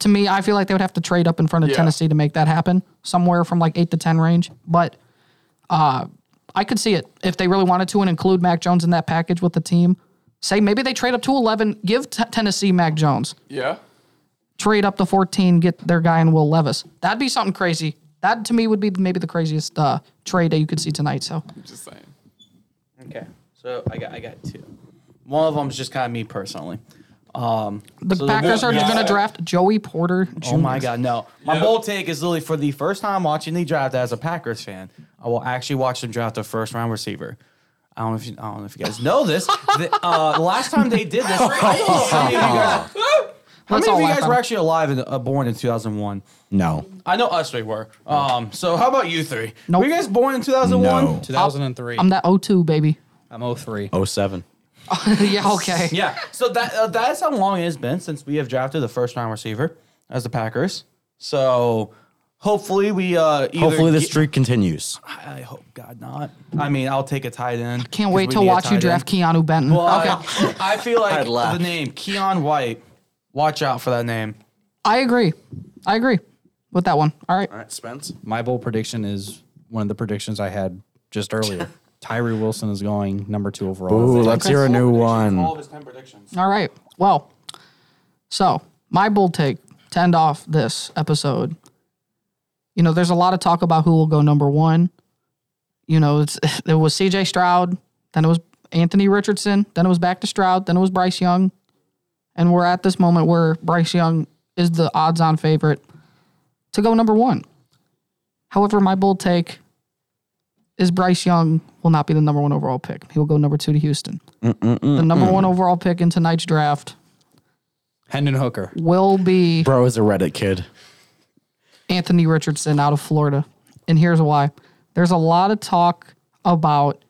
S2: To me, I feel like they would have to trade up in front of
S3: Yeah.
S2: Tennessee to make that happen, somewhere from like eight to ten range. But uh, I could see it if they really wanted to and include Mac Jones in that package with the team. Say maybe they trade up to eleven, give t- Tennessee Mac Jones,
S3: Yeah.
S2: trade up to fourteen, get their guy in Will Levis. That'd be something crazy. That to me would be maybe the craziest uh, trade that you could see tonight. So
S3: I'm just saying.
S9: Okay, so I got I got two.
S8: One of them's just kind of me personally. Um,
S2: the Packers are just going to draft Joey Porter.
S8: Oh my God, no! My bold take is literally for the first time watching the draft as a Packers fan, I will actually watch them draft a first round receiver. I don't know if you, I don't know if you guys know this. the, uh, the last time they
S2: *laughs*
S8: did this, how many of you guys, how
S2: Let's
S8: many of
S2: all
S8: you
S2: laugh
S8: guys
S2: at
S8: were
S2: him.
S8: actually alive and uh, born in two thousand one?
S6: No.
S8: I know us three were. Um, so how about you three?
S2: Nope.
S8: Were you guys born in two thousand one?
S6: No.
S4: 2003.
S2: I'm that 0-2 baby.
S4: I'm 03.
S6: 07.
S2: *laughs* yeah, okay.
S8: Yeah. So that uh, that's how long it has been since we have drafted the first round receiver as the Packers. So hopefully we uh either
S6: Hopefully the
S8: get-
S6: streak continues.
S8: I hope God not. I mean, I'll take a tight end.
S2: Can't wait to watch you draft Keanu Benton. okay.
S8: okay. I feel like
S6: I'd laugh.
S8: the name Keon White. Watch out for that name.
S2: I agree. I agree with that one. All right.
S6: right, Spence.
S4: My bold prediction is one of the predictions I had
S2: *laughs*
S4: just earlier. Tyree Wilson is going number two overall.
S6: Ooh, let's hear a new one.
S3: his 10 predictions.
S2: All right. Well, so my bold take to end off this episode. You know, there's a lot of talk about who will go number one. You know, it's *laughs* it was CJ Stroud, then it was Anthony Richardson, then it was back to Stroud, then it was Bryce Young. And we're at this moment where Bryce Young is the odds on favorite to go number one. However, my bold take is Bryce Young will not be the number one overall pick. He will go number two to Houston the number one overall pick in tonight's draft
S4: Hendon Hooker.
S2: will be
S6: Bro is a Reddit kid.
S2: Anthony Richardson out of Florida. And here's why there's a lot of talk about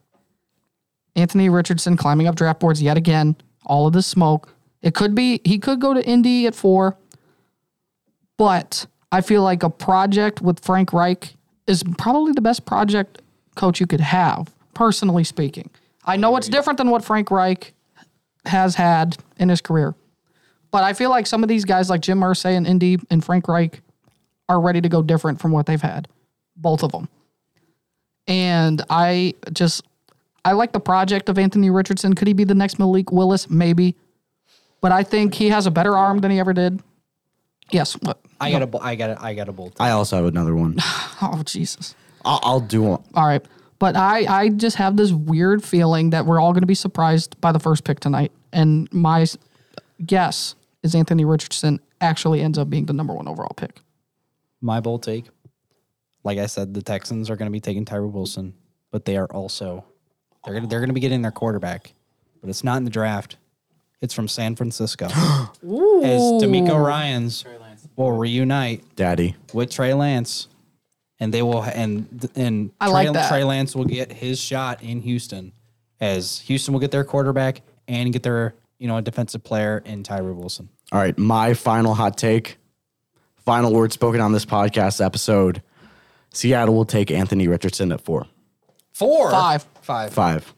S2: Anthony Richardson climbing up draft boards yet again, all of this smoke. It could be, he could go to Indy at four, but I feel like a project with Frank Reich is probably the best project coach you could have, personally speaking. I know it's different than what Frank Reich has had in his career, but I feel like some of these guys like Jim Irsay and Indy and Frank Reich are ready to go different from what they've had, both of them. And I just, I like the project of Anthony Richardson. Could he be the next Malik Willis? Maybe, but I think he has a better arm than he ever did. Yes. What?
S4: I got a, bo- I got a, I got a bold.
S6: I also have another one.
S2: Oh Jesus.
S6: I'll, I'll do one.
S2: All right. But I, I just have this weird feeling that we're all going to be surprised by the first pick tonight. And my s- guess is Anthony Richardson actually ends up being the number one overall pick.
S4: My bold take. Like I said, the Texans are going to be taking Tyree Wilson, but they are also they're gonna, they're going to be getting their quarterback, but it's not in the draft. It's from
S2: *gasps*
S4: San Francisco. As D'Amico Ryan's will reunite
S6: Daddy.
S4: with Trey Lance, and they will and and
S2: I
S4: Trey,
S2: like that.
S4: Trey Lance will get his shot in Houston, as Houston will get their quarterback and get their you know a defensive player in Tyree Wilson.
S6: All right, my final hot take. Final word spoken on this podcast episode. Seattle will take Anthony Richardson at four.
S4: Four,
S2: Five.
S4: five.
S6: Five.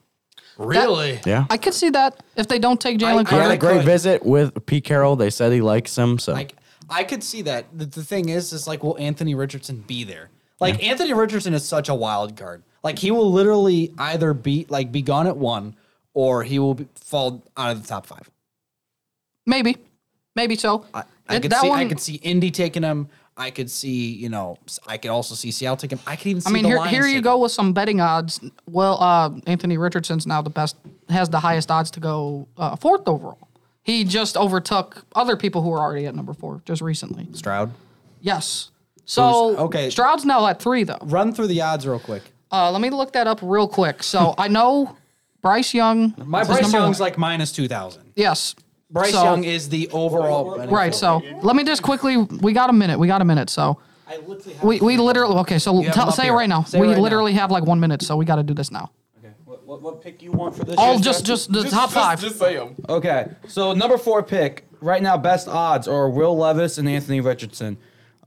S2: Really?
S6: Yeah.
S2: I could see that if they don't take Jalen
S4: I-
S6: He had
S2: Carter.
S6: a great visit with Pete Carroll. They said he likes him. So
S4: Like I could see that. The, the thing is, is like, will Anthony Richardson be there? Like Anthony Richardson is such a wild card. Like he will literally either be like be gone at one, or he will be, fall out of the top five.
S2: Maybe. Maybe so.
S4: I, I
S2: It-
S4: could see I could see Indy taking him. I could see you know s- I could also see Seattle taking him. I could even see
S2: I mean,
S4: the
S2: here,
S4: Lions
S2: here you
S4: taking
S2: go
S4: him.
S2: with some betting odds. Well, uh, Anthony Richardson's now the best, has the highest odds to go uh, fourth overall. He just overtook other people who were already at number four just recently.
S4: Stroud.
S2: Yes. So
S4: okay.
S2: Stroud's now at three though.
S4: Run through the odds real quick.
S2: Uh, let me look that up real quick. So I know Bryce Young.
S4: My
S2: is
S4: Bryce
S2: number
S4: Young's
S2: one.
S4: like minus two thousand.
S2: yes.
S4: Bryce
S2: So-
S4: Young is the overall.
S2: Right. So let me just quickly. We got a minute. We got a minute. So
S4: I literally have
S2: we, we literally. Okay. So
S4: have
S2: tell,
S4: him up
S2: say it
S4: here.
S2: right now.
S4: Say it
S2: we
S4: right now.
S2: literally have like one minute. So we got to do this now.
S9: Okay. What, what, what pick you want for this?
S2: All
S9: year's
S2: just
S9: draft?
S2: just the
S3: Just-
S2: top
S3: just-
S2: five.
S3: Just say 'em.
S8: Okay, so number four pick right now, best odds are Will Levis and Anthony Richardson.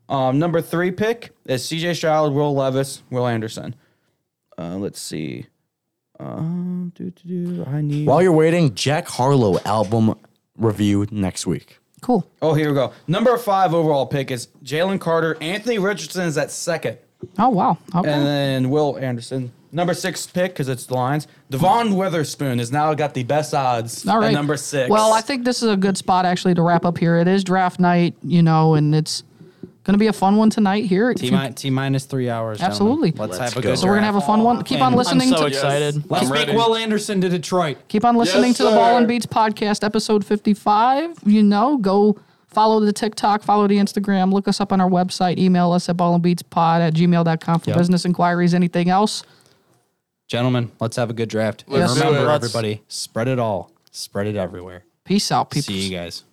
S8: Um, number three pick is C.J. Stroud, Will Levis, Will Anderson. Uh, let's see. Um, do do do. I need.
S6: While you're waiting, Jack Harlow album review next week.
S2: Cool.
S8: Oh, here we go. Number five overall pick is Jalen Carter. Anthony Richardson is at second,
S2: Oh wow. Okay.
S8: and then Will Anderson. Number six pick because it's the Lions. Devon Witherspoon has now got the best odds
S2: All right.
S8: at number six.
S2: Well, I think this is a good spot actually to wrap up here. It is draft night, you know, and it's going to be a fun one tonight here. If
S4: T,
S2: you-
S4: mi- T minus three hours. gentlemen.
S2: Absolutely.
S4: Let's,
S6: Let's
S4: have a
S6: go.
S4: good.
S2: so we're going to have a fun one. Keep on
S4: I'm
S2: listening
S5: I'm so
S2: to
S5: excited.
S4: Let's
S3: I'm
S4: make
S3: ready.
S4: Will Anderson to Detroit.
S2: keep on listening
S3: Yes,
S2: to the Ball and
S3: sir.
S2: Beats podcast episode 55. You know, go follow the TikTok, follow the Instagram, look us up on our website, email us at ballandbeatspod at gmail.com for
S4: Yep.
S2: business inquiries, anything else.
S4: Gentlemen, let's have a good draft.
S3: Let's
S4: And
S3: do
S4: remember,
S3: it.
S4: everybody, spread it all. Spread it everywhere.
S2: Peace out, people.
S4: See you guys.